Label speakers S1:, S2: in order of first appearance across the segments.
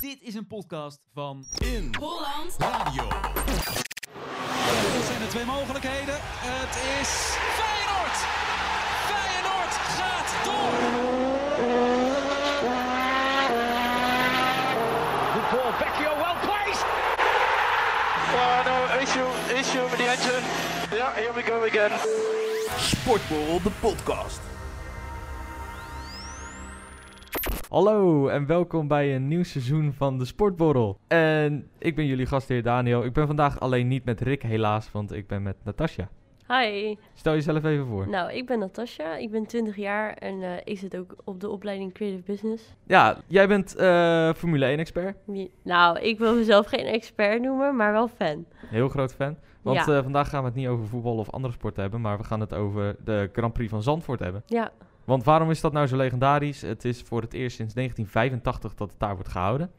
S1: Dit is een podcast van
S2: in
S3: Holland.
S2: radio.
S4: Dat zijn de twee mogelijkheden. Het is Feyenoord. Feyenoord gaat door.
S5: Paul Vecchio, well placed.
S6: Uh, no, issue, issue with the engine. Yeah, here we go again.
S2: Sportborrel, de podcast.
S7: Hallo en welkom bij een nieuw seizoen van de Sportborrel. En ik ben jullie gastheer Daniel. Ik ben vandaag alleen niet met Rick helaas, want ik ben met Natasja.
S8: Hi,
S7: Stel jezelf even voor.
S8: nou ik ben Natasja, ik ben 20 jaar en eh, ik zit ook op de opleiding Creative Business.
S7: Ja, jij bent eh, Formule 1 expert.
S8: Je- Nou, ik wil mezelf geen expert noemen, maar wel fan.
S7: Heel groot fan. Want
S8: Ja.
S7: eh, vandaag gaan we het niet over voetbal of andere sporten hebben, maar we gaan het over de Grand Prix van Zandvoort hebben.
S8: Ja,
S7: Want waarom is dat nou zo legendarisch? Het is voor het eerst sinds 1985 dat het daar wordt gehouden.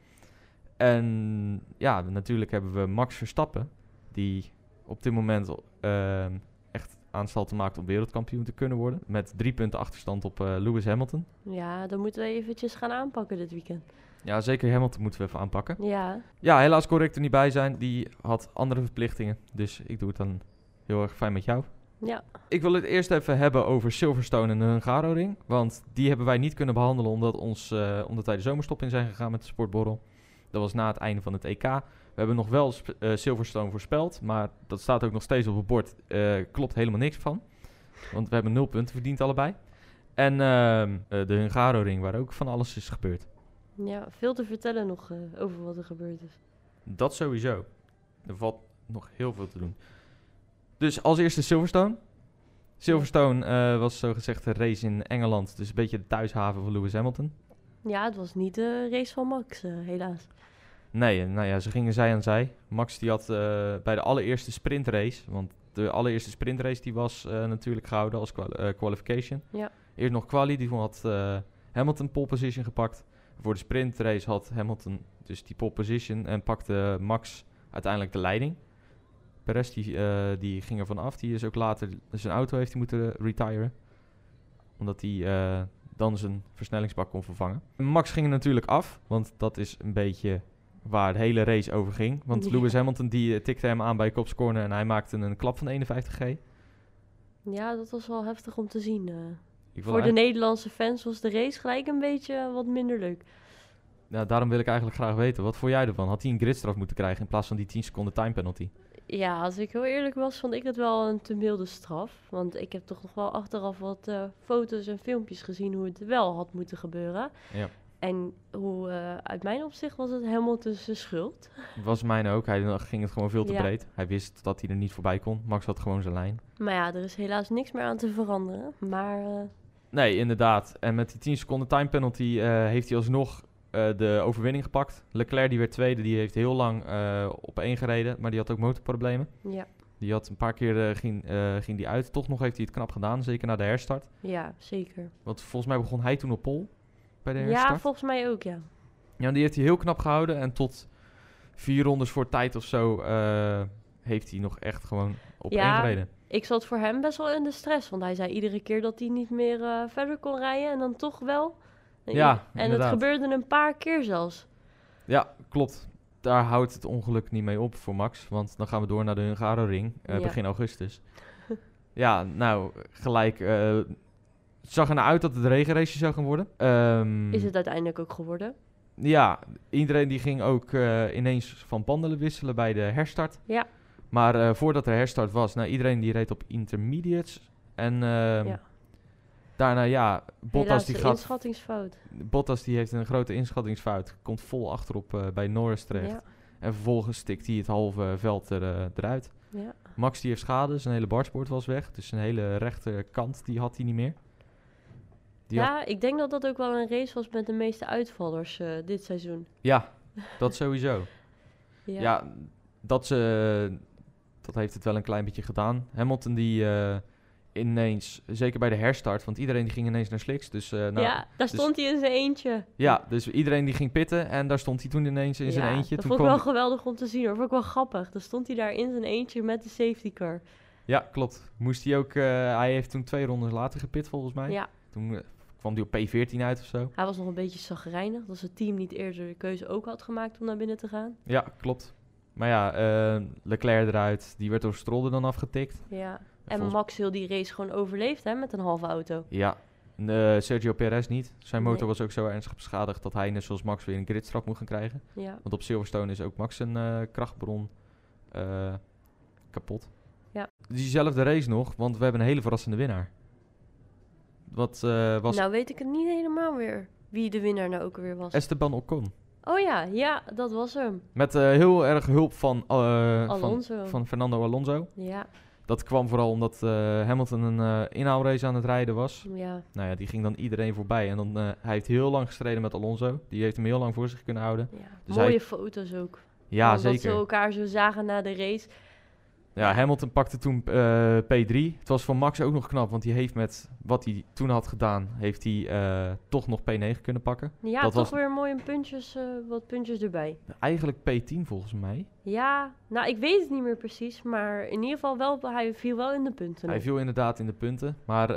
S7: En ja, natuurlijk hebben we Max Verstappen, die op dit moment ehm, echt aanstalten maakt om wereldkampioen te kunnen worden. Met drie punten achterstand op eh, Lewis Hamilton.
S8: ja, dan moeten we eventjes gaan aanpakken dit weekend.
S7: Ja, zeker Hamilton moeten we even aanpakken.
S8: Ja,
S7: Ja, helaas kon Rick er niet bij zijn. Die had andere verplichtingen. Dus ik doe het dan heel erg fijn met jou.
S8: ja,
S7: Ik wil het eerst even hebben over Silverstone en de Hungaro-ring. Want die hebben wij niet kunnen behandelen omdat, ons, eh, omdat wij de zomerstop in zijn gegaan met de sportborrel. Dat was na het einde van het EK. We hebben nog wel sp- eh, Silverstone voorspeld, maar dat staat ook nog steeds op het bord. Eh, klopt helemaal niks van. Want we hebben nul punten verdiend allebei. En ehm, eh, de Hungaro-ring, waar ook van alles is gebeurd.
S8: ja, veel te vertellen nog eh, over wat er gebeurd is.
S7: Dat sowieso. Er valt nog heel veel te doen. Dus als eerste Silverstone. Silverstone eh, was zogezegd een race in Engeland. Dus een beetje de thuishaven van Lewis Hamilton.
S8: Ja, het was niet de race van Max, eh, helaas.
S7: Nee, eh, nou ja, ze gingen zij aan zij. Max die had eh, bij de allereerste sprintrace... want de allereerste sprintrace die was eh, natuurlijk gehouden als kwa- eh, qualification.
S8: Ja.
S7: Eerst nog quali, die had eh, Hamilton pole position gepakt. Voor de sprintrace had Hamilton dus die pole position... en pakte Max uiteindelijk de leiding. Perez die, eh, die ging er vanaf. Die is ook later zijn auto heeft hij moeten eh, retiren. Omdat hij eh, dan zijn versnellingsbak kon vervangen. Max ging er natuurlijk af. Want dat is een beetje waar de hele race over ging. Want
S8: Ja.
S7: Lewis Hamilton die eh, tikte hem aan bij Kops Corner. En hij maakte een klap van 51G.
S8: Ja, dat was wel heftig om te zien. eh.
S7: Ik wil
S8: Voor de
S7: eigenlijk-
S8: Nederlandse fans was de race gelijk een beetje eh, wat minder leuk.
S7: nou, daarom wil ik eigenlijk graag weten. Wat vond jij ervan? Had hij een gridstraf moeten krijgen in plaats van die 10 seconden time penalty?
S8: Ja, als ik heel eerlijk was, vond ik dat wel een te milde straf. Want ik heb toch nog wel achteraf wat eh, foto's en filmpjes gezien hoe het wel had moeten gebeuren.
S7: Ja.
S8: En hoe, eh, uit mijn opzicht was het Hamilton's schuld.
S7: Was mijn ook. Hij ging het gewoon veel te
S8: Ja.
S7: breed. Hij wist dat hij er niet voorbij kon. Max had gewoon zijn lijn.
S8: Maar ja, er is helaas niks meer aan te veranderen. Maar eh,
S7: Nee, inderdaad. En met die 10 seconden time penalty eh, heeft hij alsnog eh, de overwinning gepakt. Leclerc, die werd tweede, die heeft heel lang eh, op één gereden. Maar die had ook motorproblemen.
S8: ja,
S7: Die had een paar keer eh, ging, eh, ging die uit. Toch nog heeft hij het knap gedaan, zeker na de herstart.
S8: ja zeker.
S7: Want volgens mij begon hij toen op pol bij de
S8: Ja,
S7: herstart. Ja,
S8: volgens mij ook, ja.
S7: die heeft hij heel knap gehouden. En tot vier rondes voor tijd of zo eh, heeft hij nog echt gewoon op
S8: Ja.
S7: één gereden.
S8: Ik zat voor hem best wel in de stress. Want hij zei iedere keer dat hij niet meer eh, verder kon rijden. En dan toch wel. En
S7: Ja,
S8: i- En
S7: inderdaad.
S8: dat gebeurde een paar keer zelfs.
S7: Ja, klopt. Daar houdt het ongeluk niet mee op voor Max. Want dan gaan we door naar de Hungaro-ring eh,
S8: Ja.
S7: begin augustus. ja, nou, gelijk. eh, het zag er naar uit dat het een regenrace zou gaan worden. Ehm,
S8: Is het uiteindelijk ook geworden.
S7: Ja, iedereen die ging ook eh, ineens van bandelen wisselen bij de herstart.
S8: Ja.
S7: Maar eh, voordat er herstart was, nou, iedereen die reed op intermediates. En ehm,
S8: Ja.
S7: daarna, ja, Bottas
S8: Helaas
S7: die,
S8: een
S7: gaat,
S8: inschattingsfout.
S7: Bottas die heeft een grote inschattingsfout. Komt vol achterop eh, bij Norris terecht.
S8: Ja,
S7: En vervolgens stikt hij het halve veld er, eh, eruit.
S8: ja.
S7: Max die heeft schade, zijn hele barsport was weg. Dus zijn hele rechterkant die had hij niet meer. Die had-
S8: ja ik denk dat dat ook wel een race was met de meeste uitvallers eh, dit seizoen.
S7: ja, dat sowieso. Ja, dat, ze, dat heeft het wel een klein beetje gedaan. Hamilton die eh, ineens, zeker bij de herstart, want iedereen die ging ineens naar sliks. Dus, eh, nou, ja.
S8: Ja, daar stond hij in zijn eentje.
S7: dus iedereen die ging pitten en daar stond hij toen ineens in zijn
S8: Ja,
S7: eentje.
S8: Dat
S7: Toen
S8: vond ik wel
S7: kwam,
S8: geweldig om te zien hoor. Vond ik wel grappig. Dan stond hij daar in zijn eentje met de safety car.
S7: Ja, klopt. Moest hij ook, eh, hij heeft toen twee rondes later gepit volgens mij.
S8: Ja.
S7: Toen eh, kwam die op P14 uit of zo.
S8: Hij was nog een beetje zagrijnig dat zijn team niet eerder de keuze ook had gemaakt om naar binnen te gaan.
S7: Ja, klopt. Maar ja, eh, Leclerc eruit. Die werd door Stroll er dan afgetikt.
S8: Ja.
S7: En
S8: En
S7: volgens-
S8: Max heel die race gewoon overleefd hè, met een halve auto.
S7: Ja. En, eh, Sergio Perez niet. Zijn motor
S8: Nee.
S7: was ook zo ernstig beschadigd dat hij net zoals Max weer een gridstraf moet gaan krijgen.
S8: Ja.
S7: Want op Silverstone is ook Max een eh, krachtbron eh, kapot.
S8: Ja.
S7: Diezelfde race nog, want we hebben een hele verrassende winnaar. Wat eh, was
S8: Nou weet ik het niet helemaal weer wie de winnaar nou ook weer was.
S7: Esteban Ocon.
S8: oh ja, ja, dat was hem.
S7: Met eh, heel erg hulp van, eh, van,
S8: Alonso.
S7: van Fernando Alonso.
S8: Ja,
S7: Dat kwam vooral omdat eh, Hamilton een eh, inhaalrace aan het rijden was.
S8: ja,
S7: Nou ja, die ging dan iedereen voorbij. En dan, eh, hij heeft heel lang gestreden met Alonso. Die heeft hem heel lang voor zich kunnen houden.
S8: ja.
S7: Dus
S8: Mooie
S7: hij-
S8: foto's ook.
S7: Ja,
S8: Want Dat
S7: zeker.
S8: ze elkaar zo zagen na de race.
S7: Ja, Hamilton pakte toen eh, P3. Het was voor Max ook nog knap, want die heeft met wat hij toen had gedaan, heeft hij eh, toch nog P9 kunnen pakken.
S8: Ja,
S7: Dat
S8: toch
S7: was-
S8: weer mooi een puntjes, eh, wat puntjes erbij.
S7: Eigenlijk P10 volgens mij.
S8: Ja, nou ik weet het niet meer precies, maar in ieder geval wel, hij viel wel in de punten.
S7: Hij
S8: nog.
S7: viel inderdaad in de punten. Maar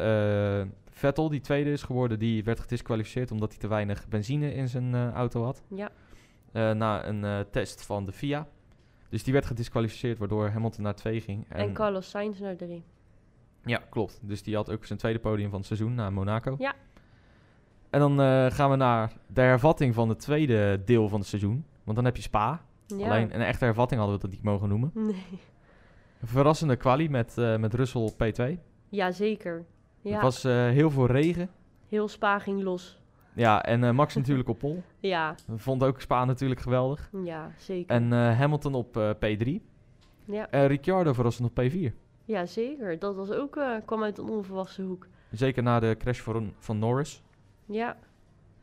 S7: eh, Vettel, die tweede is geworden, die werd gedisqualificeerd omdat hij te weinig benzine in zijn eh, auto had.
S8: Ja.
S7: Eh, na een eh, test van de FIA. Dus die werd gedisqualificeerd, waardoor Hamilton naar 2 ging.
S8: En Carlos Sainz naar drie.
S7: Ja, klopt. Dus die had ook zijn tweede podium van het seizoen na Monaco.
S8: Ja.
S7: En dan eh, gaan we naar de hervatting van het tweede deel van het seizoen. Want dan heb je Spa.
S8: Ja.
S7: Alleen een echte hervatting hadden we dat niet mogen noemen.
S8: Nee.
S7: Een verrassende kwalie met, eh met Russell op P2.
S8: Ja, zeker. Ja,
S7: Het was eh, heel veel regen.
S8: heel Spa ging los.
S7: Ja, en eh, Max natuurlijk op pol.
S8: Ja,
S7: Vond ook Spa natuurlijk geweldig.
S8: ja, zeker.
S7: En eh, Hamilton op eh, P3.
S8: Ja.
S7: En Ricciardo verrassend op P4.
S8: Ja, zeker. Dat was ook, eh, kwam uit een onverwachte hoek.
S7: Zeker na de crash van, van Norris.
S8: Ja,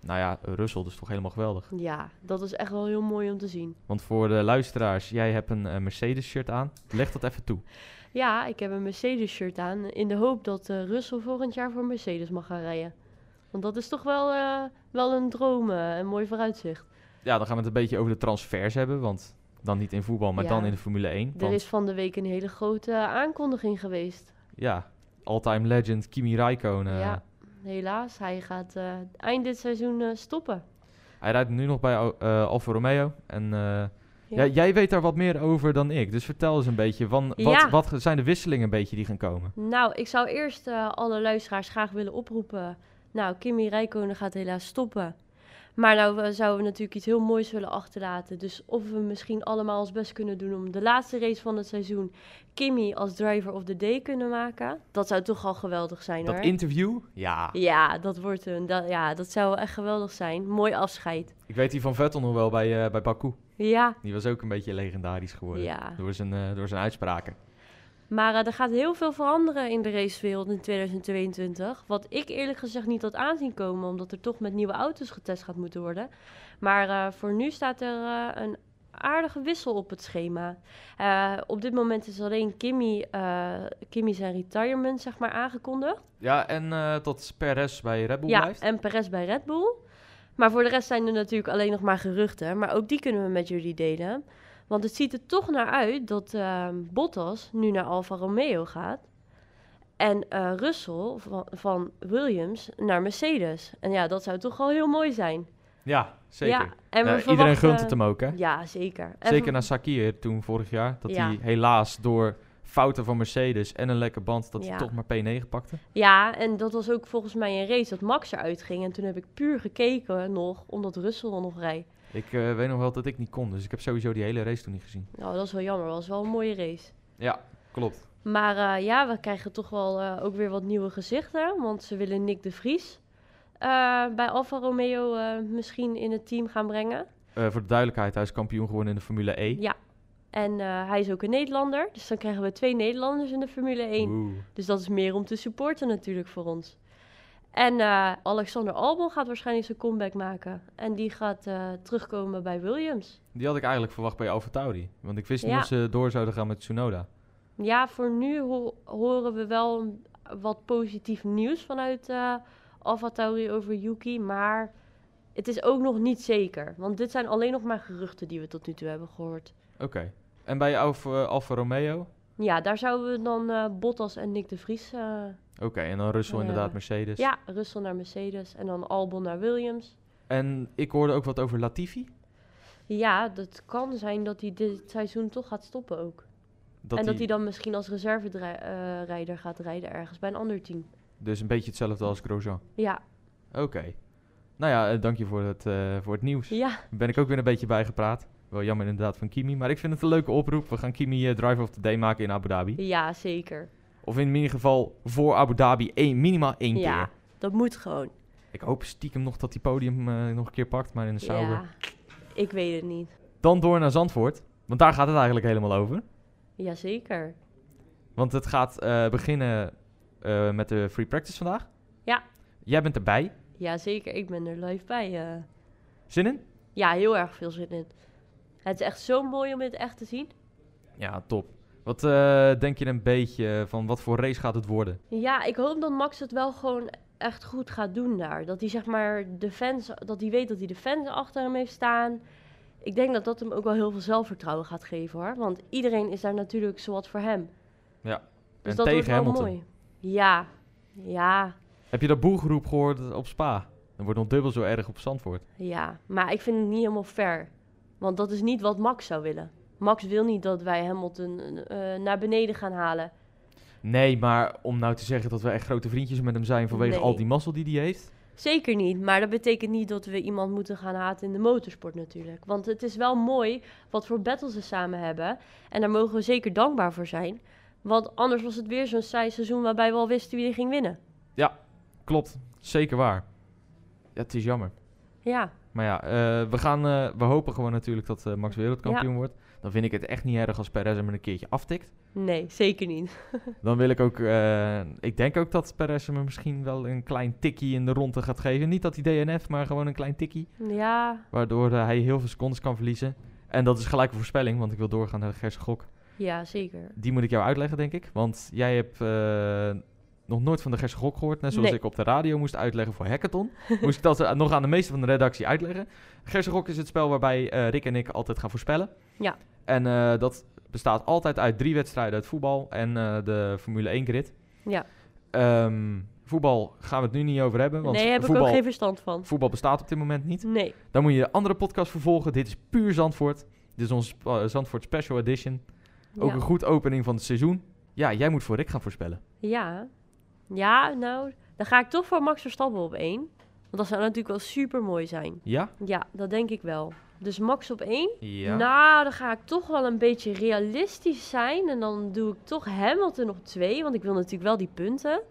S7: Nou ja, Russell dus toch helemaal geweldig.
S8: ja, dat is echt wel heel mooi om te zien.
S7: Want voor de luisteraars, jij hebt een eh, Mercedes-shirt aan. Leg dat even toe.
S8: Ja, ik heb een Mercedes-shirt aan in de hoop dat eh, Russell volgend jaar voor Mercedes mag gaan rijden. Want dat is toch wel, eh, wel een droom, eh, een mooi vooruitzicht.
S7: Ja, dan gaan we het een beetje over de transfers hebben. Want dan niet in voetbal, maar
S8: Ja.
S7: dan in de Formule 1.
S8: Er
S7: Want,
S8: is van de week een hele grote aankondiging geweest.
S7: Ja, all-time legend Kimi Räikkönen.
S8: Nou
S7: eh,
S8: Ja, helaas. Hij gaat eh, eind dit seizoen eh, stoppen.
S7: Hij rijdt nu nog bij eh, Alfa Romeo. En eh,
S8: Ja.
S7: ja, jij weet daar wat meer over dan ik. Dus vertel eens een beetje, van, wat,
S8: Ja.
S7: wat ge- zijn de wisselingen een beetje die gaan komen?
S8: Nou, ik zou eerst eh, alle luisteraars graag willen oproepen. Nou, Kimi Rijkonen gaat helaas stoppen. Maar nou eh, zouden we natuurlijk iets heel moois willen achterlaten. Dus of we misschien allemaal ons best kunnen doen om de laatste race van het seizoen Kimi als driver of the day kunnen maken. Dat zou toch al geweldig zijn
S7: Dat
S8: hoor.
S7: interview? Ja.
S8: Ja, dat wordt een. Dat, ja, dat zou wel echt geweldig zijn. Mooi afscheid.
S7: Ik weet die van Vettel nog wel bij, eh, bij Baku.
S8: Ja,
S7: Die was ook een beetje legendarisch geworden.
S8: ja.
S7: Door, zijn, eh, door zijn uitspraken.
S8: Maar eh, er gaat heel veel veranderen in de racewereld in 2022. Wat ik eerlijk gezegd niet had aanzien komen, omdat er toch met nieuwe auto's getest gaat moeten worden. Maar eh, voor nu staat er eh, een aardige wissel op het schema. Eh, op dit moment is alleen Kimmy, eh, Kimmy zijn retirement zeg maar, aangekondigd.
S7: Ja, en dat dat Perez bij Red Bull
S8: ja,
S7: blijft.
S8: en Perez bij Red Bull. Maar voor de rest zijn er natuurlijk alleen nog maar geruchten. Maar ook die kunnen we met jullie delen. Want het ziet er toch naar uit dat ehm, Bottas nu naar Alfa Romeo gaat. En eh, Russell van, van Williams naar Mercedes. En ja, dat zou toch wel heel mooi zijn.
S7: Ja, zeker.
S8: Ja, en we
S7: Nou, iedereen
S8: verwachten-
S7: gunt het hem ook, hè?
S8: Ja, zeker. En
S7: Zeker
S8: we-
S7: na Sakir toen vorig jaar. Dat
S8: Ja.
S7: hij helaas door fouten van Mercedes en een lekke band... dat
S8: Ja.
S7: hij toch maar P9 pakte.
S8: Ja, en dat was ook volgens mij een race dat Max eruit ging. En toen heb ik puur gekeken nog, omdat Russell nog rijdt.
S7: Ik eh, weet nog wel dat ik niet kon. Dus ik heb sowieso die hele race toen niet gezien.
S8: Nou, dat is wel jammer. Dat was wel een mooie race.
S7: Ja, klopt.
S8: Maar eh, ja, we krijgen toch wel eh, ook weer wat nieuwe gezichten. Want ze willen Nick de Vries eh, bij Alfa Romeo eh, misschien in het team gaan brengen.
S7: Eh, voor de duidelijkheid, hij is kampioen geworden in de Formule E.
S8: Ja. En eh, hij is ook een Nederlander. Dus dan krijgen we twee Nederlanders in de Formule 1.
S7: Oeh.
S8: Dus dat is meer om te supporten natuurlijk voor ons. En eh, Alexander Albon gaat waarschijnlijk zijn comeback maken. En die gaat eh, terugkomen bij Williams.
S7: Die had ik eigenlijk verwacht bij Alfa Tauri. Want ik wist
S8: Ja.
S7: niet of ze door zouden gaan met Tsunoda.
S8: Ja, voor nu ho- horen we wel een- wat positief nieuws vanuit eh Alpha Tauri over Yuki. Maar het is ook nog niet zeker. Want dit zijn alleen nog maar geruchten die we tot nu toe hebben gehoord.
S7: Oké. En bij eh, Alfa, Alfa Romeo
S8: Ja, daar zouden we dan eh, Bottas en Nick de Vries... eh,
S7: Oké, en dan Russell
S8: Ja.
S7: inderdaad, Mercedes.
S8: ja, Russell naar Mercedes en dan Albon naar Williams.
S7: En ik hoorde ook wat over Latifi.
S8: Ja, dat kan zijn dat hij dit seizoen toch gaat stoppen ook.
S7: Dat
S8: en dat
S7: hij
S8: hij dan misschien als reserverijder gaat rijden ergens bij een ander team.
S7: Dus een beetje hetzelfde als Grosjean.
S8: Ja,
S7: Oké. Nou ja, eh, dank je voor het, eh, voor het nieuws.
S8: ja,
S7: Ben ik ook weer een beetje bijgepraat. Wel jammer inderdaad van Kimi, maar ik vind het een leuke oproep. We gaan Kimi eh, Drive of the Day maken in Abu Dhabi.
S8: ja zeker.
S7: Of in ieder geval voor Abu Dhabi één, minimaal één
S8: Ja,
S7: keer.
S8: dat moet gewoon.
S7: Ik hoop stiekem nog dat die podium eh, nog een keer pakt, maar in de Sauber.
S8: Ja, ik weet het niet.
S7: Dan door naar Zandvoort, want daar gaat het eigenlijk helemaal over.
S8: Jazeker.
S7: Want het gaat eh, beginnen eh, met de free practice vandaag.
S8: Ja.
S7: Jij bent erbij.
S8: Jazeker, ik ben er live bij. eh.
S7: Zin in?
S8: Ja, heel erg veel zin in. Het is echt zo mooi om in het echt te zien.
S7: Ja, top. Wat eh, denk je een beetje van wat voor race gaat het worden?
S8: Ja, ik hoop dat Max het wel gewoon echt goed gaat doen daar. Dat hij zeg maar de fans, dat hij weet dat hij de fans achter hem heeft staan. Ik denk dat dat hem ook wel heel veel zelfvertrouwen gaat geven hoor. Want iedereen is daar natuurlijk zowat voor hem. Dus
S7: en
S8: dat wordt
S7: tegen
S8: wel
S7: Hamilton.
S8: mooi. Ja, ja,
S7: Heb je dat boegeroep gehoord op Spa? Dan wordt nog dubbel zo erg op Zandvoort.
S8: ja. Maar ik vind het niet helemaal fair. Want dat is niet wat Max zou willen. Max wil niet dat wij Hamilton eh, naar beneden gaan halen.
S7: Nee, maar om nou te zeggen dat we echt grote vriendjes met hem zijn vanwege
S8: Nee.
S7: al die mazzel die hij heeft.
S8: Zeker niet, maar dat betekent niet dat we iemand moeten gaan haten in de motorsport natuurlijk. Want het is wel mooi wat voor battles ze samen hebben. En daar mogen we zeker dankbaar voor zijn. Want anders was het weer zo'n saai seizoen waarbij we al wisten wie er ging winnen.
S7: Klopt, zeker waar. Ja, het is jammer.
S8: Ja,
S7: Maar ja, eh, we, gaan, eh, we hopen gewoon natuurlijk dat eh, Max wereldkampioen wordt. Dan vind ik het echt niet erg als Perez hem een keertje aftikt.
S8: nee, zeker niet.
S7: Dan wil ik ook, eh, ik denk ook dat Perez hem misschien wel een klein tikkie in de ronde gaat geven. Niet dat hij DNF, maar gewoon een klein tikkie.
S8: Ja,
S7: Waardoor eh, hij heel veel secondes kan verliezen. En dat is gelijk een voorspelling, want ik wil doorgaan naar de Gerse Gok.
S8: ja, zeker.
S7: Die moet ik jou uitleggen, denk ik. Want jij hebt eh, nog nooit van de Gerse Gok gehoord. Net zoals
S8: Nee.
S7: ik op de radio moest uitleggen voor Hackathon. moest ik dat eh, nog aan de meeste van de redactie uitleggen. Gerse Gok is het spel waarbij eh, Rick en ik altijd gaan voorspellen.
S8: Ja.
S7: En eh, dat bestaat altijd uit drie wedstrijden uit voetbal en eh, de Formule 1 grid.
S8: Ja.
S7: Ehm, voetbal gaan we het nu niet over hebben. Want
S8: Nee, heb ik
S7: voetbal,
S8: ook geen verstand van.
S7: voetbal bestaat op dit moment niet.
S8: Nee,
S7: Dan moet je de andere podcast vervolgen. Dit is puur Zandvoort. Dit is ons sp- eh, Zandvoort Special Edition. Ook
S8: ja.
S7: een goed opening van het seizoen. Ja, jij moet voor Rick gaan voorspellen.
S8: ja. Ja, nou, dan ga ik toch voor Max Verstappen op één. Want dat zou natuurlijk wel super mooi zijn.
S7: Ja?
S8: Ja, dat denk ik wel. Dus Max op één.
S7: Ja.
S8: Nou, dan ga ik toch wel een beetje realistisch zijn. En dan doe ik toch Hamilton op twee. Want ik wil natuurlijk wel die punten.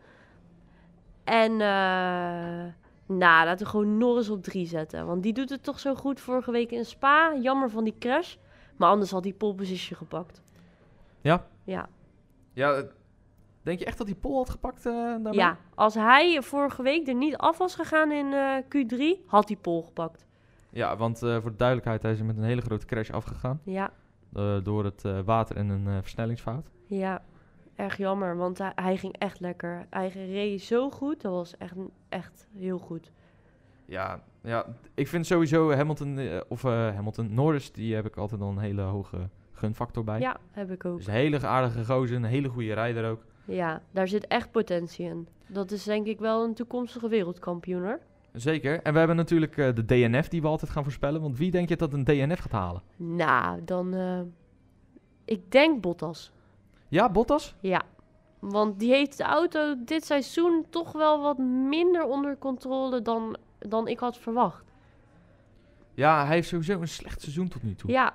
S8: En, eh nou, laten we gewoon Norris op drie zetten. Want die doet het toch zo goed vorige week in Spa. Jammer van die crash. Maar anders had hij pole position gepakt.
S7: Ja?
S8: Ja.
S7: ja eh, denk je echt dat hij Pol had gepakt? eh, daarmee?
S8: Ja, als hij vorige week er niet af was gegaan in eh, Q3, had hij pole gepakt.
S7: Ja, want eh, voor de duidelijkheid, hij is met een hele grote crash afgegaan.
S8: Ja,
S7: eh, door het eh, water en een eh, versnellingsfout.
S8: Ja, erg jammer, want hij, hij ging echt lekker. Hij reed zo goed, dat was echt, echt heel goed.
S7: Ja, ja, ik vind sowieso Hamilton, eh, of eh, Hamilton, Norris, die heb ik altijd al een hele hoge gunfactor bij.
S8: Ja, heb ik ook.
S7: Dus een hele aardige gozer, een hele goede rijder ook.
S8: Ja, daar zit echt potentie in. Dat is denk ik wel een toekomstige wereldkampioen hoor.
S7: Zeker. En we hebben natuurlijk eh, de DNF die we altijd gaan voorspellen. Want wie denk je dat een DNF gaat halen?
S8: Nou, dan. eh, ik denk Bottas.
S7: Ja, Bottas?
S8: Ja. Want die heeft de auto dit seizoen toch wel wat minder onder controle dan, dan ik had verwacht.
S7: Ja, hij heeft sowieso een slecht seizoen tot nu toe.
S8: Ja,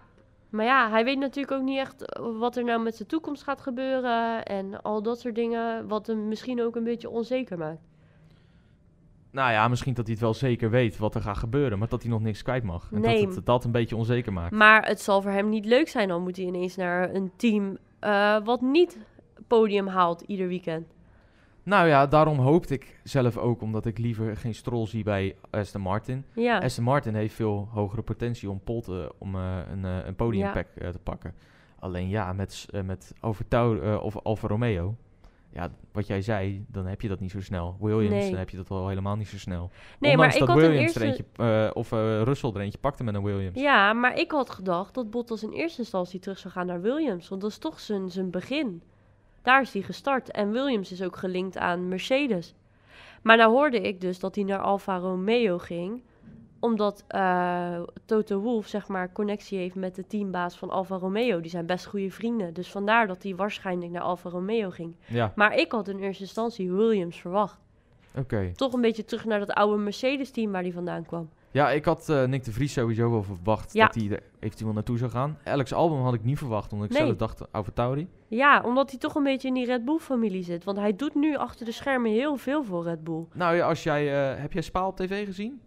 S8: maar ja, hij weet natuurlijk ook niet echt eh, wat er nou met zijn toekomst gaat gebeuren en al dat soort dingen, wat hem misschien ook een beetje onzeker maakt.
S7: Nou ja, misschien dat hij het wel zeker weet wat er gaat gebeuren. Maar dat hij nog niks kwijt mag. En
S8: Nee.
S7: dat het dat een beetje onzeker maakt.
S8: Maar het zal voor hem niet leuk zijn, dan moet hij ineens naar een team eh, wat niet podium haalt ieder weekend.
S7: Nou ja, daarom hoopte ik zelf ook. Omdat ik liever geen strol zie bij Aston Martin.
S8: Ja,
S7: Aston Martin heeft veel hogere potentie om Pol te- om eh, een, eh, een podiumpack eh, te pakken. Alleen ja, met, s- eh, met Overtou- eh, of Alfa Romeo. Ja, ja, wat jij zei, dan heb je dat niet zo snel. Williams,
S8: Nee.
S7: dan heb je dat al helemaal niet zo snel.
S8: Nee,
S7: Ondanks
S8: maar ik
S7: dat
S8: had een
S7: Williams er
S8: eerste-
S7: eentje, eh, of eh, Russell er eentje pakte met een Williams.
S8: Ja, maar ik had gedacht dat Bottas in eerste instantie terug zou gaan naar Williams. Want dat is toch zijn, zijn begin. Daar is hij gestart. En Williams is ook gelinkt aan Mercedes. Maar nou hoorde ik dus dat hij naar Alfa Romeo ging. Omdat eh Toto Wolff zeg maar connectie heeft met de teambaas van Alfa Romeo. Die zijn best goede vrienden. Dus vandaar dat hij waarschijnlijk naar Alfa Romeo ging.
S7: Ja,
S8: Maar ik had in eerste instantie Williams verwacht.
S7: oké.
S8: Toch een beetje terug naar dat oude Mercedes team waar hij vandaan kwam.
S7: Ja, ik had eh, Nick de Vries sowieso wel verwacht
S8: Ja.
S7: dat hij er eventueel naartoe zou gaan. Alex Album had ik niet verwacht, omdat ik
S8: Nee.
S7: zelf dacht over Tauri.
S8: Ja, omdat hij toch een beetje in die Red Bull-familie zit. Want hij doet nu achter de schermen heel veel voor Red Bull.
S7: Nou ja, als jij, eh, heb jij Spa op tv gezien?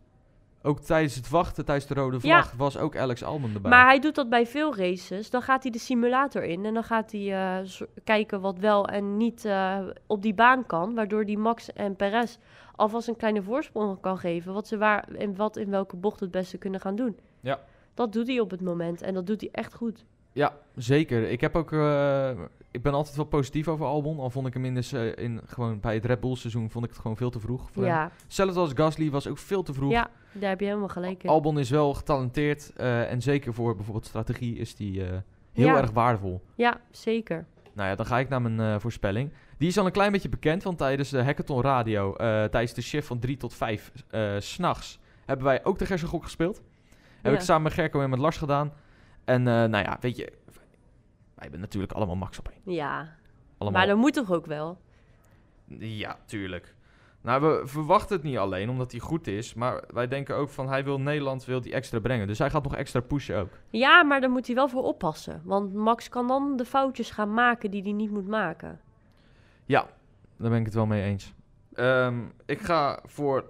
S7: Ook tijdens het wachten, tijdens de rode
S8: Ja.
S7: vlag, was ook Alex Album erbij.
S8: Maar hij doet dat bij veel races. Dan gaat hij de simulator in en dan gaat hij eh, zo- kijken wat wel en niet eh, op die baan kan. Waardoor die Max en Perez alvast een kleine voorsprong kan geven. Wat ze waar en wat in welke bocht het beste kunnen gaan doen.
S7: Ja.
S8: Dat doet hij op het moment en dat doet hij echt goed.
S7: Ja, zeker. Ik heb ook. eh, ik ben altijd wel positief over Albon. Al vond ik hem in, de se- in gewoon bij het Red Bull seizoen vond ik het gewoon veel te vroeg. Voor hem.
S8: Ja,
S7: Zelfs als Gasly was ook veel te vroeg.
S8: ja, daar heb je helemaal gelijk in.
S7: Albon is wel getalenteerd. eh, en zeker voor bijvoorbeeld strategie is die eh, heel
S8: Ja.
S7: erg waardevol.
S8: Ja, zeker.
S7: Nou ja, dan ga ik naar mijn eh, voorspelling. Die is al een klein beetje bekend, want tijdens de Hackathon Radio, eh, tijdens de shift van 3 tot 5 s s'nachts, hebben wij ook de Gersengrok gespeeld. Heb
S8: Ja.
S7: ik samen met Gerco en met Lars gedaan. En eh, nou ja, weet je, wij hebben natuurlijk allemaal Max op één.
S8: Ja,
S7: Allemaal.
S8: maar dat moet toch ook wel?
S7: Ja, tuurlijk. Nou, we verwachten het niet alleen omdat hij goed is, maar wij denken ook van hij wil Nederland wil die extra brengen. Dus hij gaat nog extra pushen ook.
S8: Ja, maar daar moet hij wel voor oppassen. Want Max kan dan de foutjes gaan maken die hij niet moet maken.
S7: Daar ben ik het wel mee eens. Ehm, ik ga voor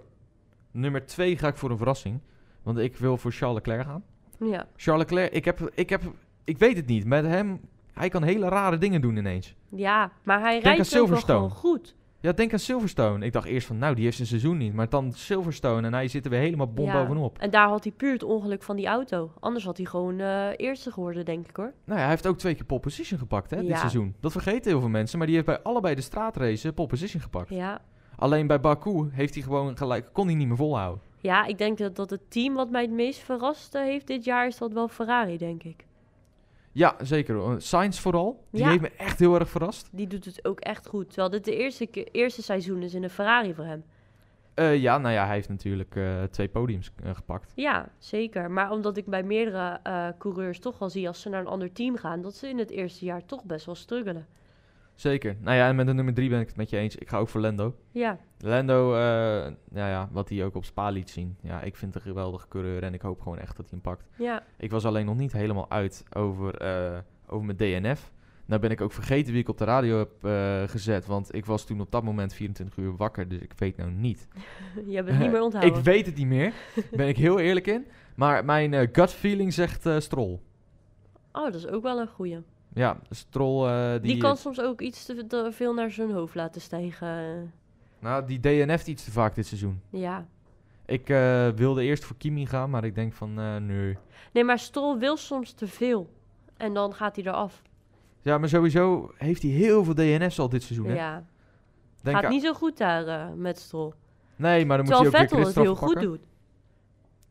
S7: nummer 2 ga ik voor een verrassing, want ik wil voor Charles Leclerc gaan.
S8: Ja,
S7: Charles Leclerc, ik heb ik heb ik weet het niet. Met hem hij kan hele rare dingen doen ineens.
S8: ja maar hij
S7: aan
S8: rijdt ook wel
S7: Silverstone.
S8: gewoon goed.
S7: Ja, denk aan Silverstone. Ik dacht eerst van nou, die heeft zijn seizoen niet, maar dan Silverstone en hij zit er weer helemaal bom
S8: Ja.
S7: bovenop.
S8: En daar had hij puur het ongeluk van die auto. Anders had hij gewoon eh, eerste geworden, denk ik hoor.
S7: Nou ja, hij heeft ook twee keer pole position gepakt hè, dit
S8: Ja.
S7: seizoen. Dat vergeten heel veel mensen, maar die heeft bij allebei de straatracen pole position gepakt.
S8: Ja.
S7: Alleen bij Baku heeft hij gewoon gelijk, kon hij niet meer volhouden.
S8: ja, ik denk dat, dat het team wat mij het meest verrast eh, heeft dit jaar is dat wel Ferrari, denk ik.
S7: Ja, zeker. hoor. Sainz vooral, die
S8: Ja.
S7: heeft me echt heel erg verrast.
S8: Die doet het ook echt goed. Terwijl dit de eerste, ke- eerste seizoen is in een Ferrari voor hem.
S7: Eh, ja, nou ja, hij heeft natuurlijk eh, twee podiums eh, gepakt.
S8: Ja, zeker. Maar omdat ik bij meerdere eh, coureurs toch wel zie als ze naar een ander team gaan, dat ze in het eerste jaar toch best wel struggelen.
S7: Zeker. Nou ja, en met de nummer drie ben ik het met je eens. Ik ga ook voor Lando.
S8: Ja,
S7: Lando, eh, nou ja, wat hij ook op Spa liet zien. Ja, ik vind het een geweldige coureur en ik hoop gewoon echt dat hij hem pakt.
S8: ja,
S7: Ik was alleen nog niet helemaal uit over, eh, over mijn DNF. Nou ben ik ook vergeten wie ik op de radio heb eh, gezet. Want ik was toen op dat moment 24 uur wakker. Dus ik weet nou niet.
S8: je bent niet meer onthouden.
S7: ik weet het niet meer. ben ik heel eerlijk in. Maar mijn eh, gut feeling zegt eh Stroll.
S8: Oh, dat is ook wel een goeie.
S7: Ja, Stroll eh, die...
S8: Die, kan soms ook iets te, te veel naar zijn hoofd laten stijgen. eh,
S7: Nou, die DNF't iets te vaak dit seizoen.
S8: Ja.
S7: Ik eh, wilde eerst voor Kimi gaan, maar ik denk van eh, nee.
S8: Nee, maar Stroll wil soms te veel. En dan gaat hij eraf.
S7: Ja, maar sowieso heeft hij heel veel DNF's al dit seizoen. Hè?
S8: Ja.
S7: denk
S8: gaat
S7: aan-
S8: niet zo goed daar eh, met Stroll.
S7: Nee, maar dan moet
S8: Terwijl
S7: hij ook
S8: Vettel
S7: weer
S8: het heel goed doet.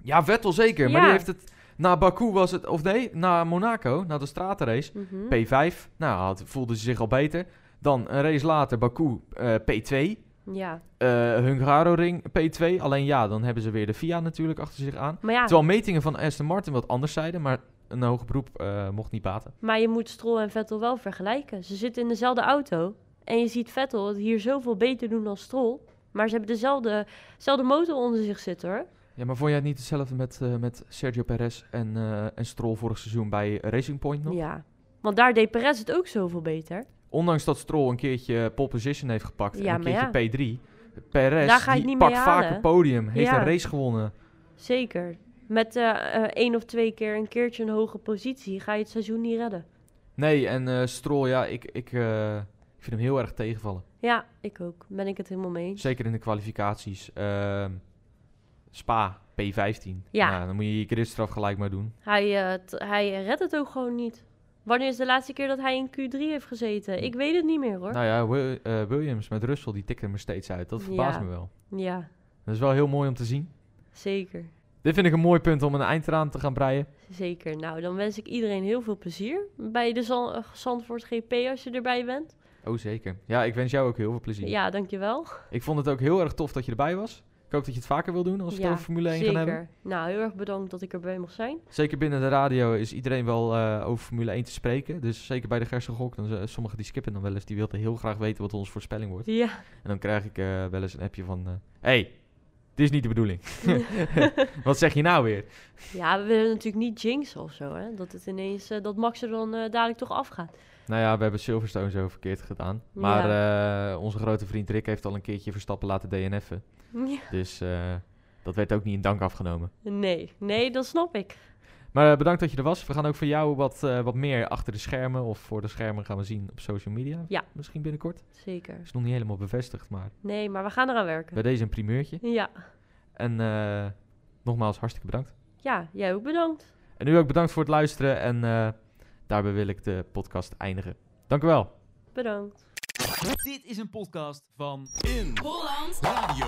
S7: Ja, Vettel zeker. Maar die
S8: Ja.
S7: heeft het... Na Baku was het... Of nee, na Monaco, na de stratenrace.
S8: Mhm.
S7: P5. Nou, had, voelde ze zich al beter. Dan een race later Baku eh, P2.
S8: Ja.
S7: eh Hungaroring P2. Alleen ja, dan hebben ze weer de FIA natuurlijk achter zich aan.
S8: Maar ja,
S7: Terwijl metingen van Aston Martin wat anders zeiden, maar een hoog beroep eh, mocht niet baten.
S8: maar je moet Stroll en Vettel wel vergelijken. Ze zitten in dezelfde auto. En je ziet Vettel het hier zoveel beter doen dan Stroll. Maar ze hebben dezelfde, dezelfde motor onder zich zitten hoor.
S7: Ja, maar vond jij het niet hetzelfde met, eh, met Sergio Perez en, eh, en Stroll vorig seizoen bij Racing Point nog?
S8: Ja. Want daar deed Perez het ook zoveel beter.
S7: Ondanks dat Stroll een keertje pole position heeft gepakt
S8: Ja,
S7: en een
S8: maar
S7: keertje P3. Perez,
S8: Daar ga je
S7: die
S8: het niet mee
S7: pakt vaak
S8: halen.
S7: een podium, heeft
S8: Ja.
S7: een race gewonnen.
S8: Zeker. Met eh, eh, één of twee keer een keertje een hoge positie ga je het seizoen niet redden.
S7: Nee, en eh, Stroll, ja, ik, ik, eh, ik vind hem heel erg tegenvallen.
S8: Ja, ik ook. Ben ik het helemaal mee eens.
S7: Zeker in de kwalificaties. Ehm, Spa, P15.
S8: Ja.
S7: Nou, dan moet je je gridstraf gelijk maar doen.
S8: Hij, eh, t- hij redt het ook gewoon niet. Wanneer is de laatste keer dat hij in Q3 heeft gezeten? Ik weet het niet meer hoor.
S7: Nou ja, Wi- eh, Williams met Russell, die tikken er steeds uit. Dat verbaast
S8: Ja.
S7: me wel.
S8: Ja,
S7: Dat is wel heel mooi om te zien.
S8: zeker.
S7: Dit vind ik een mooi punt om een eind eraan te gaan breien.
S8: Zeker. Nou, dan wens ik iedereen heel veel plezier bij de Zan- eh, Zandvoort GP als je erbij bent.
S7: Oh, zeker. Ja, ik wens jou ook heel veel plezier.
S8: Ja, dankjewel.
S7: Ik vond het ook heel erg tof dat je erbij was. Ik hoop dat je het vaker wil doen als we het
S8: ja,
S7: over Formule 1
S8: zeker.
S7: gaan hebben.
S8: Nou, heel erg bedankt dat ik erbij mag zijn.
S7: Zeker binnen de radio is iedereen wel eh, over Formule 1 te spreken. Dus zeker bij de Gerstengok. Dan, z- sommigen die skippen dan wel eens, die wilden heel graag weten wat onze voorspelling wordt.
S8: Ja,
S7: En dan krijg ik eh, wel eens een appje van... eh, hey, dit is niet de bedoeling. wat zeg je nou weer?
S8: ja we willen natuurlijk niet jinxen of zo. Hè? Dat het ineens, eh, dat Max er dan eh, dadelijk toch afgaat.
S7: Nou ja, we hebben Silverstone zo verkeerd gedaan. Maar eh, onze grote vriend Rick heeft al een keertje Verstappen laten DNF'en.
S8: Ja.
S7: Dus eh, dat werd ook niet in dank afgenomen.
S8: Nee, nee, dat snap ik.
S7: Maar eh, bedankt dat je er was. We gaan ook van jou wat, eh, wat meer achter de schermen of voor de schermen gaan we zien op social media.
S8: Ja.
S7: Misschien binnenkort.
S8: Zeker.
S7: Is nog niet helemaal bevestigd, maar
S8: Nee, maar we gaan eraan werken.
S7: bij deze een primeurtje.
S8: Ja,
S7: En eh, nogmaals hartstikke bedankt.
S8: ja jij ook bedankt.
S7: En u ook bedankt voor het luisteren en eh, daarbij wil ik de podcast eindigen. Dank u wel.
S8: Bedankt.
S1: Dit is een podcast van
S2: In
S3: Holland
S2: Radio.